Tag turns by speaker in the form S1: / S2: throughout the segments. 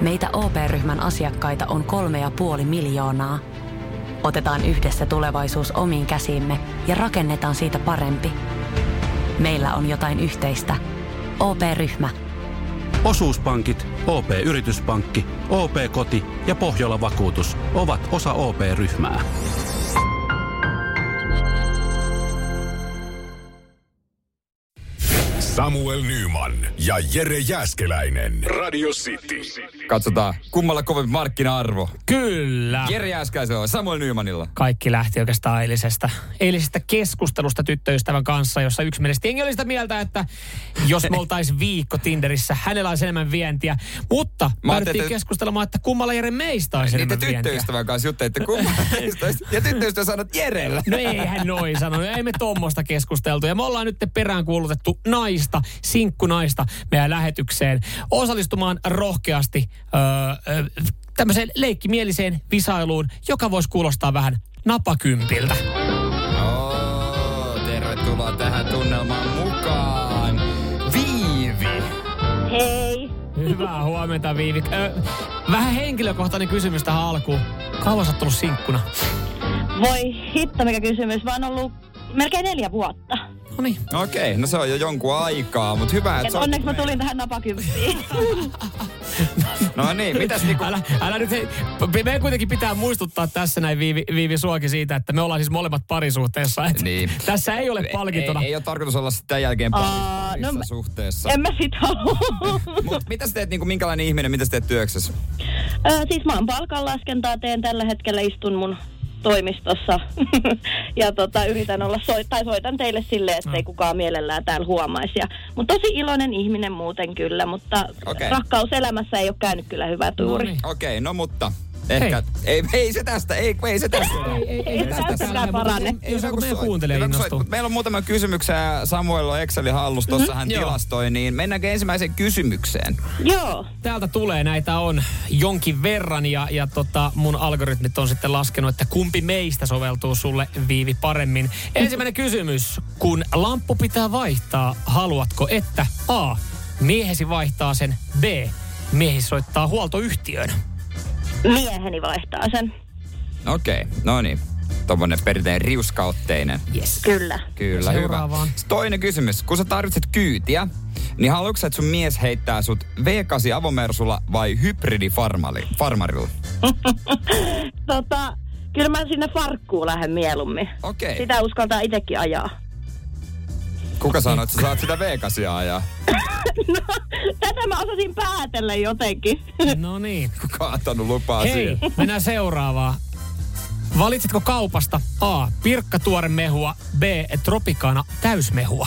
S1: Meitä OP-ryhmän asiakkaita on kolme ja puoli miljoonaa. Otetaan yhdessä tulevaisuus omiin käsiimme ja rakennetaan siitä parempi. Meillä on jotain yhteistä. OP-ryhmä.
S2: Osuuspankit, OP-yrityspankki, OP-koti ja Pohjola-vakuutus ovat osa OP-ryhmää.
S3: Samuel Nyman ja Jere Jäskeläinen. Radio City.
S4: Katsotaan, kummalla kovempi markkina-arvo.
S5: Kyllä.
S4: Jere Jääskäisellä vai Samuel Nymanilla?
S5: Kaikki lähti oikeastaan eilisestä, eilisestä keskustelusta tyttöystävän kanssa, jossa yksimielisesti jengi oli sitä mieltä, että jos me oltaisiin viikko Tinderissä, hänellä olisi enemmän vientiä. Mutta päädyttiin
S4: että- Niin,
S5: keskustelemaan, että kummalla Jere meistä olisi
S4: Niitä
S5: enemmän vientiä.
S4: tyttöystävän kanssa juttelitte kummalla meistä olisi- Ja tyttöystävä sanot Jerellä.
S5: No eihän noin sanonut. Ei me tommosta keskusteltu. Ja me ollaan nyt peräänkuulutettu naista, sinkkunaista meidän lähetykseen osallistumaan rohkeasti öö, öö, tämmöiseen leikkimieliseen visailuun, joka voisi kuulostaa vähän napakympiltä.
S4: Oo, tervetuloa tähän tunnelmaan mukaan. Viivi.
S6: Hei.
S5: Hyvää huomenta, Viivi. Öö, vähän henkilökohtainen kysymys tähän alkuun. Kauan sä oot ollut sinkkuna?
S6: Voi hitto, mikä kysymys. Mä oon ollut melkein neljä vuotta.
S5: No niin.
S4: Okei, no se on jo jonkun aikaa, mutta hyvä, että
S6: Et
S4: sä oot
S6: onneksi mä
S4: meillä.
S6: tulin tähän napakymppiin.
S4: No niin, mitäs niinku...
S5: Älä, älä nyt, hei, p- meidän kuitenkin pitää muistuttaa tässä näin Viivi, Viivi Suoki siitä, että me ollaan siis molemmat parisuhteessa. Et
S4: Niin.
S5: Tässä ei ole palkintona.
S4: Ei, ei ole tarkoitus olla sitten jälkeen
S6: Aa,
S4: parissa
S6: no
S4: no,
S6: mä-
S4: suhteessa.
S6: en mä sit halua.
S4: Mut mitä sä teet, niinku, minkälainen ihminen, mitä sä teet työksessä?
S6: Ö, siis mä oon palkanlaskentaa teen tällä hetkellä, istun mun toimistossa. ja tota, yritän olla, soi, tai soitan teille silleen,
S4: Mm.
S6: ettei kukaan mielellään täällä huomaisi. Mutta tosi iloinen ihminen muuten kyllä, mutta
S4: Okei.
S6: rakkaus elämässä ei ole käynyt kyllä hyvä tuuri.
S5: niin.
S4: Okei, no mutta... Ehkä... Ei, ei se tästä, ei, ei se tästä.
S5: ei,
S6: ei tässä mikään parane.
S5: Jos joku
S4: kun
S5: meidän
S4: soit-
S5: kuuntelee
S4: hyvä, kun soit.
S5: innostuu. Mm-hmm.
S4: Mut Meillä on muutama kysymyksiä ja Samuel on Excelin hallus, tuossa hän
S5: Joo.
S4: tilastoi, niin mennäänkö ensimmäiseen kysymykseen?
S6: Joo.
S5: Täältä tulee, näitä on jonkin verran ja, ja tota, mun algoritmit on sitten laskenut, että kumpi meistä soveltuu sulle viivi paremmin. Ensimmäinen kysymys. Kun lamppu pitää vaihtaa, haluatko, että A. Miehesi vaihtaa sen, B. Miehesi soittaa huoltoyhtiön.
S6: Mieheni vaihtaa sen.
S4: Okei, no niin. Tuommoinen perinteinen riuskautteinen.
S5: Yes.
S6: Kyllä.
S4: Kyllä, hyvä.
S5: Seuraavaan.
S4: Toinen kysymys. Kun sä tarvitset kyytiä, niin haluatko sä, että sun mies heittää sut V8 avomersulla vai hybridifarmarilla?
S6: Tota, kyllä mä sinne farkkuun lähden mieluummin.
S4: Okei.
S6: Sitä uskaltaa itsekin ajaa.
S4: Kuka sanoi, että sä saat sitä V8 ajaa?
S6: No, tätä mä osasin päätellä jotenkin.
S5: No niin.
S4: Kuka on antanut lupaa
S5: Hei,
S4: siihen?
S5: mennään seuraavaan. Valitsetko kaupasta A. Pirkkatuore mehua, B. Tropikana täysmehua?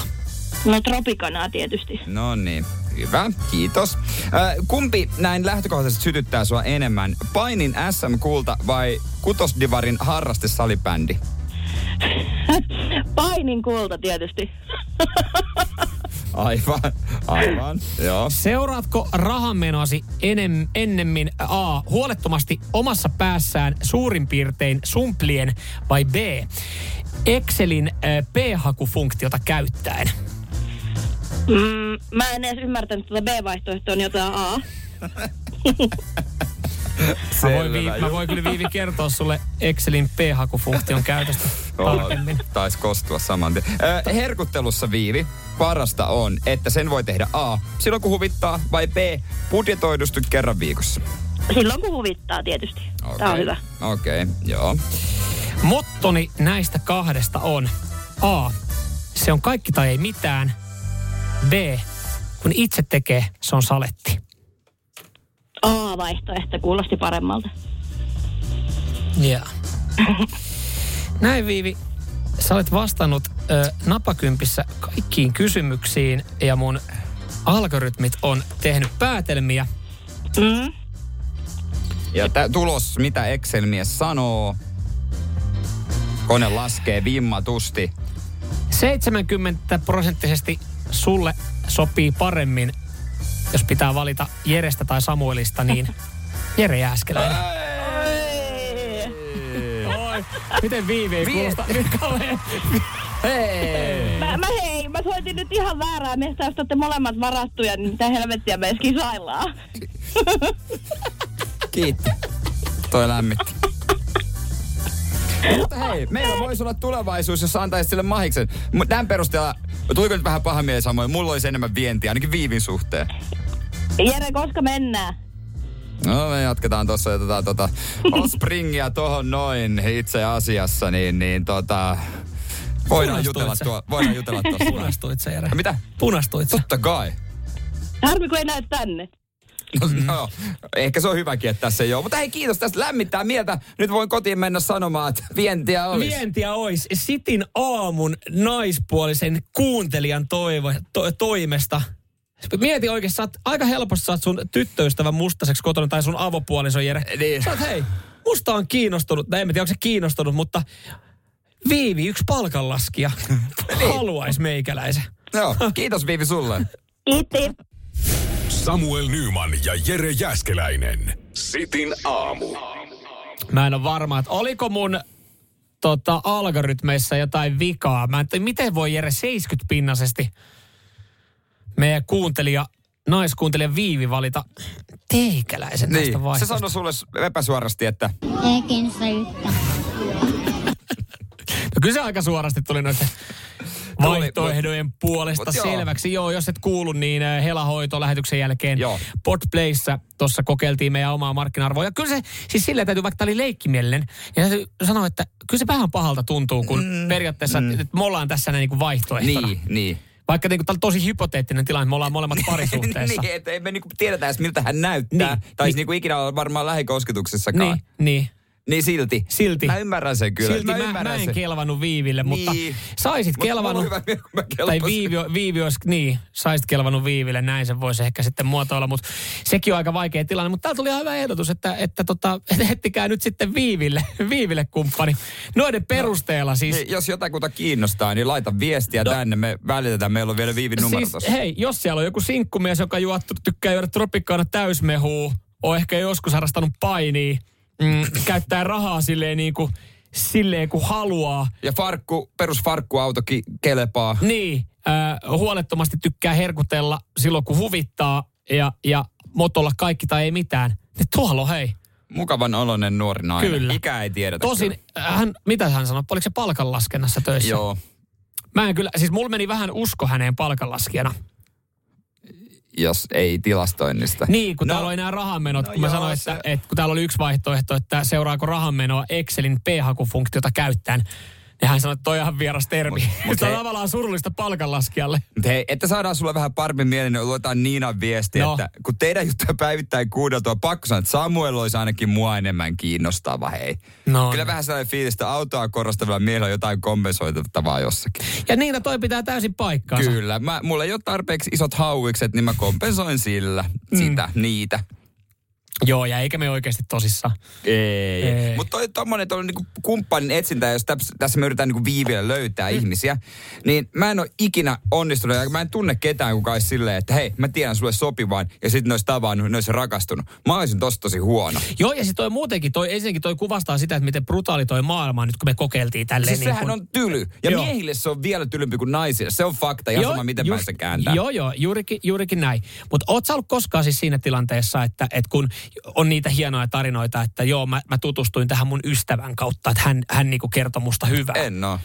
S6: No tropikanaa tietysti.
S4: No niin, hyvä, kiitos. Äh, kumpi näin lähtökohtaisesti sytyttää sua enemmän? Painin SM-kulta vai kutosdivarin harrastesalibändi?
S6: Painin kulta tietysti.
S4: Aivan, aivan, joo.
S5: Seuraatko rahanmenoasi enem, ennemmin A. huolettomasti omassa päässään suurin piirtein sumplien vai B. Excelin äh, P-hakufunktiota käyttäen?
S6: Mm, mä en edes ymmärtänyt tuota B-vaihtoehtoa, niin jotain A.
S5: Mä voin,
S4: Selvä,
S5: vii, mä
S4: joo.
S5: voin kyllä Viivi kertoa sulle Excelin P-hakufunktion käytöstä
S4: Oo,
S5: tarkemmin.
S4: Taisi kostua saman tien. Ö, herkuttelussa viivi. Parasta on, että sen voi tehdä A. Silloin kun huvittaa, vai B. Budjetoidusti kerran viikossa.
S6: Silloin kun huvittaa tietysti. Tää on hyvä.
S4: Okei, okay, joo.
S5: Mottoni näistä kahdesta on A. Se on kaikki tai ei mitään. B. Kun itse tekee, se on saletti.
S6: A-vaihtoehto kuulosti paremmalta.
S5: Yeah. Näin Viivi, sä olet vastannut ö, napakympissä kaikkiin kysymyksiin ja mun algoritmit on tehnyt päätelmiä.
S6: Mm.
S4: Ja tää tulos, mitä Excel-mies sanoo. Kone laskee vimmatusti.
S5: 70 prosenttisesti sulle sopii paremmin, jos pitää valita Jerestä tai Samuelista, niin Jere Jääskeläinen. Oi, miten viive ei kuulosta nyt kauhean.
S4: Hei!
S6: Mä, mä hei, mä soitin nyt ihan väärää miestä, jos te olette molemmat varattuja, niin mitä helvettiä me edes kisaillaan.
S4: Kiitti. Toi lämmitti. Mutta hei, meillä voisi olla tulevaisuus, jos antaisit sille mahiksen. Mutta tämän perusteella, tuliko nyt vähän paha mieli samoin, mulla olisi enemmän vientiä, ainakin viivin suhteen.
S6: Jere, koska mennään?
S4: No me jatketaan tuossa ja tota, tota, Springia tohon noin itse asiassa, niin, niin tota, voidaan
S5: Punastuit
S4: jutella,
S5: sä.
S4: tuo, voidaan jutella tuossa.
S5: Punastuit sä, Jere.
S4: Mitä?
S5: Punastuit sä.
S4: Totta kai.
S6: Harmi, kun ei näy tänne.
S4: No,
S5: Mm-hmm.
S4: no, ehkä se on hyväkin, että tässä ei ole. Mutta hei, kiitos tästä lämmittää mieltä. Nyt voin kotiin mennä sanomaan, että vientiä olisi.
S5: Vientiä ois Sitin aamun naispuolisen kuuntelijan toivo, to, toimesta. Mieti oikein, sä oot, aika helposti saat sun tyttöystävän mustaseksi kotona tai sun avopuolison Jere.
S4: Niin.
S5: Sä oot, hei, musta on kiinnostunut, tai en mä tiedä, onko se kiinnostunut, mutta Viivi, yksi palkanlaskija, haluaisi meikäläisen.
S4: Joo, kiitos Viivi sulle.
S6: Kiitti.
S3: Samuel Nyman ja Jere Jäskeläinen. Sitin aamu.
S5: Mä en ole varma, että oliko mun tota, algoritmeissa jotain vikaa. Mä en tiedä, miten voi Jere 70 pinnasesti meidän kuuntelija, naiskuuntelija Viivi valita teikäläisen
S4: Niin.
S5: tästä
S4: Se
S5: vaiheesta.
S4: sanoi sulle s- epäsuorasti, että
S7: Tekin se yhtä.
S5: No kyllä se aika suorasti tuli noista vaihtoehdojen puolesta
S4: mut joo.
S5: selväksi. Joo, jos et kuulu, niin äh, helahoito lähetyksen jälkeen
S4: Joo.
S5: Podplayssä tuossa kokeiltiin meidän omaa markkina-arvoa. Ja kyllä se, siis silleen täytyy, vaikka tämä oli leikkimielinen, ja täytyy sanoa, että kyllä se vähän pahalta tuntuu, kun mm, periaatteessa mm. Että me ollaan tässä näin niin kuin vaihtoehtona.
S4: niin, niin.
S5: Vaikka niin kuin, tämä on tosi hypoteettinen tilanne, me ollaan molemmat parisuhteessa.
S4: niin, että ei me niinku tiedetä edes, miltä hän näyttää.
S5: Niin,
S4: Niin, tai
S5: niin.
S4: niin. niinku ikinä olla varmaan lähikosketuksessakaan.
S5: niin,
S4: Niin.
S5: niin.
S4: niin silti.
S5: Silti.
S4: Mä ymmärrän sen kyllä.
S5: Silti mä, mä, mä
S4: ymmärrän
S5: en
S4: sen.
S5: kelvannut Viiville, mutta
S4: Niin.
S5: saisit
S4: Mut mulla
S5: kelvannut.
S4: oli hyvä mieli, kun mä
S5: tai
S4: kelpasin.
S5: Viivi, o- Viivi olisi, niin, saisit kelvannut Viiville, näin se voisi ehkä sitten muotoilla, mutta sekin on aika vaikea tilanne. Mutta täällä tuli ihan hyvä ehdotus, että, että tota, ettikää nyt sitten Viiville, Viiville kumppani. Noiden perusteella siis.
S4: Niin, jos jotakuta kiinnostaa, niin laita viestiä no. tänne. Me välitetään. Meillä on vielä viivin numero
S5: Siis,
S4: tossa.
S5: hei, jos siellä on joku sinkkumies, joka juo, tykkää juoda tropikkaana täysmehuu, on ehkä joskus harrastanut painia, mm, käyttää rahaa silleen niin kuin, silleen kun haluaa,
S4: Ja farkku, perusfarkkuauto ki- kelepaa.
S5: Niin, äh, huolettomasti tykkää herkutella silloin, kun huvittaa ja, ja motolla kaikki tai ei mitään. Niin tuolla on hei.
S4: Mukavan oloinen nuori nainen.
S5: Kyllä.
S4: Ikä ei tiedetä.
S5: Tosin,
S4: kyllä.
S5: äh, hän, mitä hän sanoi, oliko se palkanlaskennassa töissä?
S4: Joo.
S5: Mä en kyllä, siis mulla meni vähän usko häneen palkanlaskijana.
S4: Jos ei tilastoinnista.
S5: Niin, kun no.
S4: No.
S5: täällä oli nämä rahanmenot, no kun mä
S4: joo,
S5: sanoin, että,
S4: se-
S5: että kun täällä oli yksi vaihtoehto, että seuraako rahanmenoa Excelin p-hakufunktiota käyttäen, niin hän sanoi, että toi on ihan vieras termi.
S4: Mut- mut
S5: se on
S4: hei-
S5: tavallaan surullista palkanlaskijalle.
S4: Mut Hei, että saadaan sulle vähän paremmin mieleen, niin luetaan Niinan viesti,
S5: No.
S4: no. että kun teidän juttuja päivittäin kuudeltua, pakko sanoa, että Samuel olisi ainakin mua enemmän kiinnostava, hei.
S5: No
S4: Kyllä vähän sellainen fiilis, että autoa korrastavilla miehellä on jotain kompensoitavaa jossakin.
S5: Ja Niina, toi pitää täysin paikkaansa.
S4: Kyllä, mä, mulla ei ole tarpeeksi isot hauikset, niin mä kompensoin sillä,
S5: Mm.
S4: sitä, niitä.
S5: Joo, ja eikä me oikeasti tosissaan.
S4: Ei.
S5: Ei.
S4: ei. Mutta toi tommonen toi niinku kumppanin etsintä, jos täps, tässä me yritetään niinku viivillä löytää mm. ihmisiä, niin mä en ole ikinä onnistunut, ja mä en tunne ketään, kuka olisi silleen, että hei, mä tiedän sulle sopivan, ja sitten ne olisi tavannut, ne olisi rakastunut. Mä olisin tossa tosi huono.
S5: Joo, ja sitten toi muutenkin, toi, ensinnäkin toi kuvastaa sitä, että miten brutaali toi maailma on nyt, kun me kokeiltiin tälleen.
S4: Siis
S5: niin
S4: sehän
S5: kun...
S4: on tyly. Ja
S5: Joo.
S4: Joo. miehille se on vielä tylympi kuin naisille. Se on fakta, ihan sama miten
S5: just-
S4: mä sen kääntää.
S5: Joo, joo, juurikin, juurikin näin. Mutta oot sä ollut koskaan siis siinä tilanteessa, että, että kun on niitä hienoja tarinoita, että joo, mä, mä tutustuin tähän mun ystävän kautta, että hän, hän niinku kertoi musta hyvää.
S4: En oo.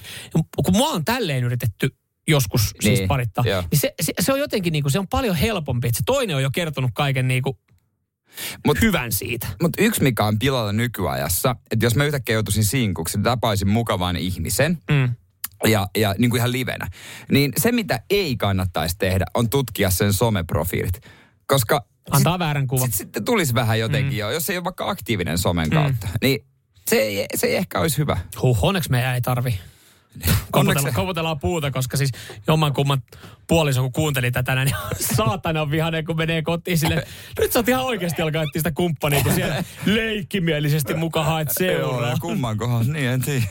S5: Kun mua on tälleen yritetty joskus niin, siis
S4: Niin,
S5: parittaa,
S4: joo.
S5: niin se, se, se on jotenkin niinku, se on paljon helpompi, että se toinen on jo kertonut kaiken niinku Mut,
S4: Mut-
S5: hyvän siitä.
S4: Mutta yksi, mikä on pilalla nykyajassa, että jos mä yhtäkkiä joutuisin sinkuksi, niin tapaisin mukavan ihmisen,
S5: Mm.
S4: ja, ja niin kuin ihan livenä. Niin se, mitä ei kannattaisi tehdä, on tutkia sen someprofiilit. Koska
S5: Antaa väärän kuvan.
S4: sitten sit, sitten tulisi vähän jotenkin mm. jo, jos ei ole vaikka aktiivinen
S5: Mm.
S4: somen kautta. Niin se ei, se ei ehkä olisi hyvä.
S5: Huh, onneksi meidän ei tarvi. Koputellaan,
S4: Onneksi-
S5: koputellaan puuta, koska siis jommankumman puoliso, kun kuunteli tätä, näin, niin saatana on vihainen, kun menee kotiin sille. Nyt sä oot ihan oikeasti alkaa etsiä sitä kumppania, kun siellä leikkimielisesti mukaan haet seuraa.
S4: ja kumman kohdassa, niin en tiedä.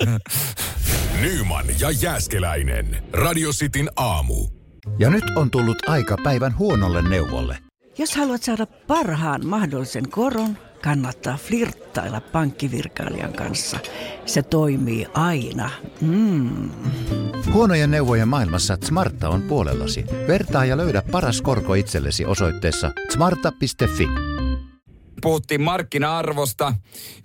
S3: Nyman ja Jäskeläinen. Radio Cityn aamu.
S8: Ja nyt on tullut aika päivän huonolle neuvolle.
S9: Jos haluat saada parhaan mahdollisen koron, kannattaa flirttailla pankkivirkailijan kanssa. Se toimii aina. Mm.
S8: Huonojen neuvojen maailmassa Smarta on puolellasi. Vertaa ja löydä paras korko itsellesi osoitteessa smarta.fi.
S4: puhuttiin markkina-arvosta.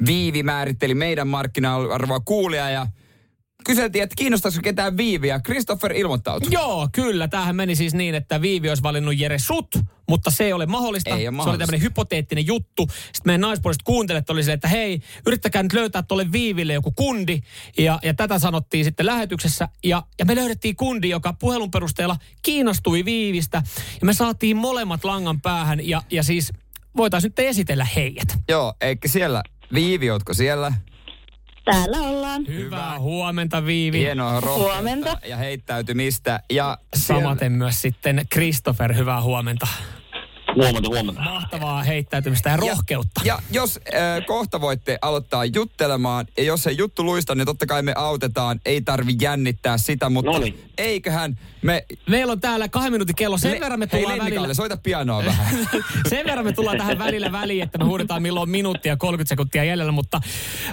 S4: Viivi määritteli meidän markkina-arvoa kuulia ja kyseltiin, että kiinnostaisiko ketään Viiviä. Christopher ilmoittautui.
S5: Joo, kyllä. Tämähän meni siis niin, että Viivi olisi valinnut Jere sut, mutta se ei ole mahdollista.
S4: Ei ole
S5: Se oli
S4: mahdollista.
S5: tämmöinen hypoteettinen juttu. Sitten meidän naispuoliset kuuntelijat oli silleen, että hei, yrittäkää nyt löytää tuolle Viiville joku kundi. Ja, ja tätä sanottiin sitten lähetyksessä. Ja, ja me löydettiin kundi, joka puhelun perusteella kiinnostui Viivistä. Ja me saatiin molemmat langan päähän ja, ja siis voitaisiin nyt esitellä heidät.
S4: Joo, eikä siellä. Viivi, ootko siellä?
S6: Täällä ollaan.
S5: Hyvää huomenta Viivi.
S4: Hienoa rohkeutta
S6: Huomenta.
S4: ja heittäytymistä. Ja siellä-
S5: Samaten myös sitten Christopher, hyvää huomenta.
S7: Huomenta, huomenta.
S5: Mahtavaa heittäytymistä ja rohkeutta.
S4: Ja jos äh, kohta voitte aloittaa juttelemaan, ja jos ei juttu luista, niin totta kai me autetaan. Ei tarvi jännittää sitä, mutta
S7: Noniin.
S4: eiköhän me...
S5: Meillä on täällä kahden minuutin kello. Sen verran me
S4: Hei
S5: tullaan välillä...
S4: Lennikalle, soita pianoa vähän.
S5: Sen verran me tullaan tähän välillä väliin, että me huudetaan milloin minuuttia 30 sekuntia jäljellä, mutta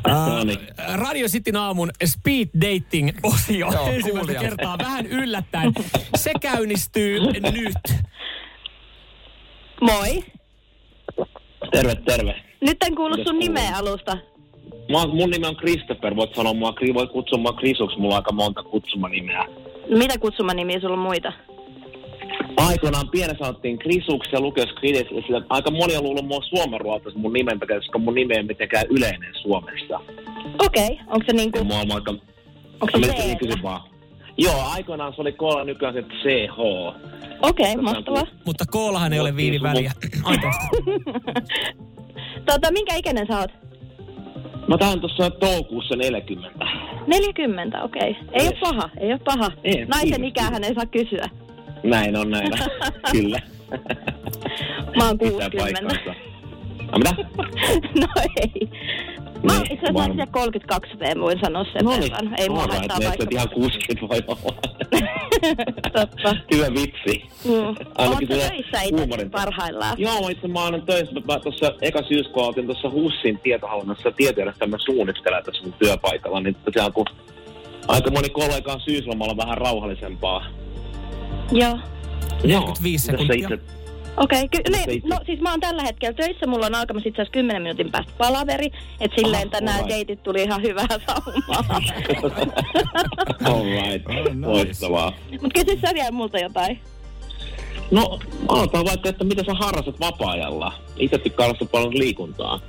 S7: No niin.
S5: äh, Radio Cityn aamun speed dating-osio
S4: Joo,
S5: ensimmäistä
S4: kuulijat.
S5: kertaa vähän yllättäen. Se käynnistyy nyt.
S6: Moi.
S7: Terve, terve.
S6: Nyt en kuullut sun
S7: Mitäs
S6: nimeä alusta.
S7: Mä, oon- mun nimi on Christopher, voit sanoa mua, Kri- voit kutsua mua Krisuksi, mulla on aika monta kutsumanimeä.
S6: Mitä kutsumanimiä sulla on muita?
S7: Aikoinaan pienessä sanottiin Krisuksi ja lukios Kridis, ja sillä aika moni on luullut mua suomenruotsalaisen mun nimen takia, koska mun nimi ei ole mitenkään yleinen Suomessa.
S6: Okei, onko se niinku...
S7: Ja mua on aika...
S6: Onko se
S7: Mä menin
S6: C?
S7: kysyn vaan. Joo, aikoinaan se oli koolla, nykyään se CH.
S6: Okei, mahtavaa.
S5: Mutta koollahan ei ole viivin väliä. Anteeksi.
S6: Tota, minkä ikäinen sä oot?
S7: Mä tähän tuossa toukokuussa 40.
S6: 40, okei. Ei ole paha, ei ole paha.
S7: Ei,
S6: Naisen
S7: kiitos,
S6: ikäähän ei saa kysyä.
S7: Näin on näin. Kyllä.
S6: Mä oon 60.
S7: Pitää paikkansa. No, mitä?
S6: no ei. Mä oon
S7: Niin,
S6: itse asiassa
S7: varmaan.
S6: naisia 32V, voin sanoa sen
S7: No niin,
S6: verran. Ei mua
S7: alright,
S6: haittaa
S7: niin,
S6: vaikka.
S7: että ihan 60 voi olla.
S6: Totta.
S7: Hyvä vitsi.
S6: Mm. Oot sä
S7: tulee
S6: töissä itse
S7: huumorinta.
S6: parhaillaan?
S7: Joo, mä itse mä olen töissä. Mä, mä tuossa eka syyskuun otin tuossa HUSin tietohallinnassa tietojärjestelmän mä suunnittelen tässä mun työpaikalla. Niin tosiaan kun aika moni kollega on syyslomalla vähän rauhallisempaa.
S6: Joo.
S7: Joo.
S5: 45
S7: Tässä
S5: sekuntia.
S7: itse-
S6: Okei, okay,
S7: Mutta
S6: ky-
S7: ei-
S6: niin, no siis mä oon tällä hetkellä töissä, mulla on alkamassa itse asiassa 10 minuutin päästä palaveri, että silleen
S7: Aha,
S6: tänään
S7: alright.
S6: deitit tuli ihan hyvää saumaa.
S7: All right. Loistavaa.
S6: Mut kysy sä vielä multa jotain.
S7: No, aloitetaan vaikka, että mitä sä harrastat vapaa-ajalla? Itse tykkään harrastaa paljon liikuntaa.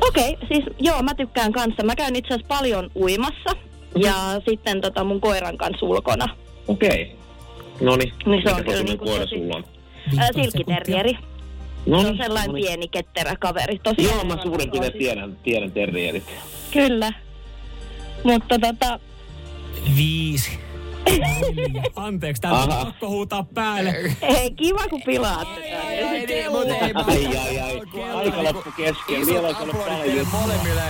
S6: Okei, okay, siis joo, mä tykkään kanssa. Mä käyn itse asiassa paljon uimassa ja sitten tota mun koiran kanssa ulkona.
S7: Okei. No niin.
S6: Niin se on kyllä
S7: Mikä
S6: niinku
S7: koira
S6: tosi-
S7: sulla on?
S6: Ää,
S5: 15
S6: Silkkiterrieri.
S7: No
S6: Se on
S7: niin,
S6: sellainen
S7: no niin.
S6: pieni ketterä kaveri. Tosi
S7: Joo,
S6: hieno
S7: mä suurin piirtein
S6: kokoinen.
S7: tiedän, tiedän terrierit.
S6: Kyllä. Mutta tota,
S5: Viisi. Neljä. Anteeksi, tää on
S7: Aha.
S5: pakko huutaa päälle.
S6: ei kiva kun pilaat tätä.
S5: Ei,
S4: Niin, mut ei mä-
S7: Ai, ai, ai. Aika loppu kesken. Vielä
S4: niinku Isot
S7: olisi ollut
S4: aplodit
S7: paljon
S4: teille
S7: juttua.
S4: molemmille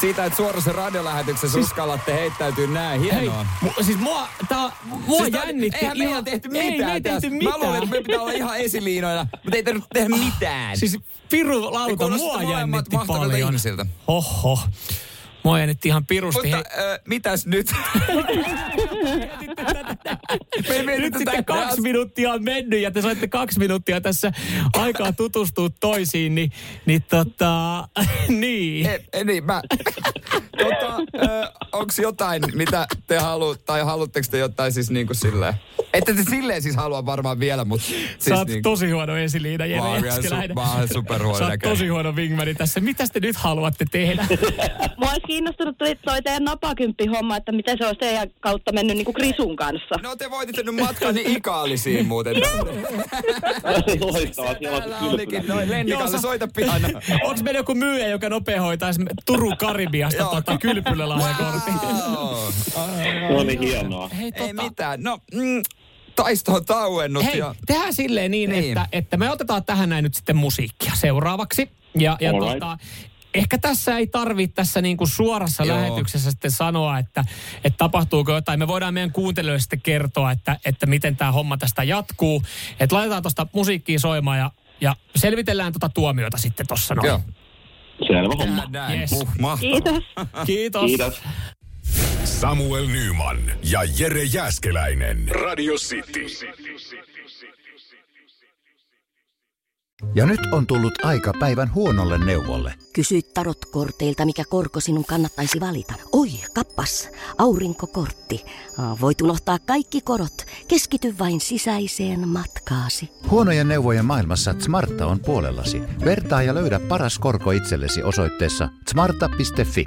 S4: siitä, että suorassa radiolähetyksessä siis... uskallatte heittäytyä näin.
S5: Hei,
S4: Hienoa.
S5: mu- siis mua, tää, mua
S4: Siis tää-
S5: jännitti.
S4: Eihän me
S5: ihan-
S4: ihan tehty
S5: Ei
S4: mitään
S5: me ei tehty
S4: tästä.
S5: mitään.
S4: Mä luulin, että me pitää olla ihan esiliinoina, mutta ei tarvitse tehdä mitään.
S5: Siis piru
S4: Te
S5: lauta,
S4: kuulostatte
S5: mua
S4: molemmat
S5: jännitti
S4: mahtavilta
S5: paljon.
S4: ihmisiltä.
S5: Oho. Mua jännitti ihan pirusti.
S4: Mutta äh, mitäs nyt? Me ei
S5: Hei,
S4: mietitty
S5: nyt sitten
S4: tätä.
S5: kaksi minuuttia on mennyt ja te saitte kaksi minuuttia tässä aikaa tutustua toisiin, niin, niin tota, niin.
S4: Ei, ei niin, mä... tota, onko jotain, mitä te haluatte, tai haluatteko te jotain siis niin kuin silleen? Ette te silleen siis halua varmaan vielä, mutta
S5: Sä
S4: siis
S5: oot
S4: niin
S5: tosi huono esiliinä,
S4: Mä
S5: Jere
S4: oon vielä su-
S5: Jäskeläinen.
S4: mä oon superhuono
S5: Sä oot
S4: näköinen.
S5: tosi huono wingmani tässä. Mitä te nyt haluatte tehdä?
S6: Mua olisi kiinnostunut toi, toi teidän napakymppi homma, että miten se olisi teidän kautta mennyt niin kuin Krisun kanssa.
S4: No te voititte nyt matkan niin ikaalisiin muuten.
S7: Loistavaa, siellä on
S4: Täällä olikin
S7: kylpylä.
S4: noin
S5: Joo,
S4: Lennikalle,
S5: sä-
S4: soita pian.
S5: Onks meillä joku myyjä, joka nopea hoitaisi Turun Karibiasta
S4: Joo.
S5: tota, kylpylälahjakortin?
S4: Wow.
S7: No niin, hienoa.
S5: Hei,
S4: Ei
S5: tota,
S4: mitään. No, mm, taisto on tauennut
S5: Hei,
S4: ja...
S5: tehdään silleen niin,
S4: Niin.
S5: niin. Että, että me otetaan tähän näin nyt sitten musiikkia seuraavaksi. Ja, ja
S7: Alright.
S5: tota, ehkä tässä ei tarvitse tässä niin kuin suorassa
S4: Joo.
S5: Joo. lähetyksessä sitten sanoa, että, että tapahtuuko jotain. Me voidaan meidän kuuntelijoille sitten kertoa, että, että miten tämä homma tästä jatkuu. Että laitetaan tuosta musiikkia soimaan ja, ja selvitellään tuota tuomiota sitten tuossa noin.
S4: Joo.
S7: Selvä homma.
S4: Tehdään näin.
S5: Yes.
S4: Uh, mahtavaa.
S6: Kiitos.
S5: Kiitos.
S7: Kiitos.
S3: Samuel Nyman ja Jere Jäskeläinen. Radio City.
S8: Ja nyt on tullut aika päivän huonolle neuvolle.
S10: Kysy tarotkorteilta, mikä korko sinun kannattaisi valita. Oi, kappas, aurinkokortti. Voit unohtaa kaikki korot. Keskity vain sisäiseen matkaasi.
S8: Huonojen neuvojen maailmassa Smarta on puolellasi. Vertaa ja löydä paras korko itsellesi osoitteessa smarta.fi.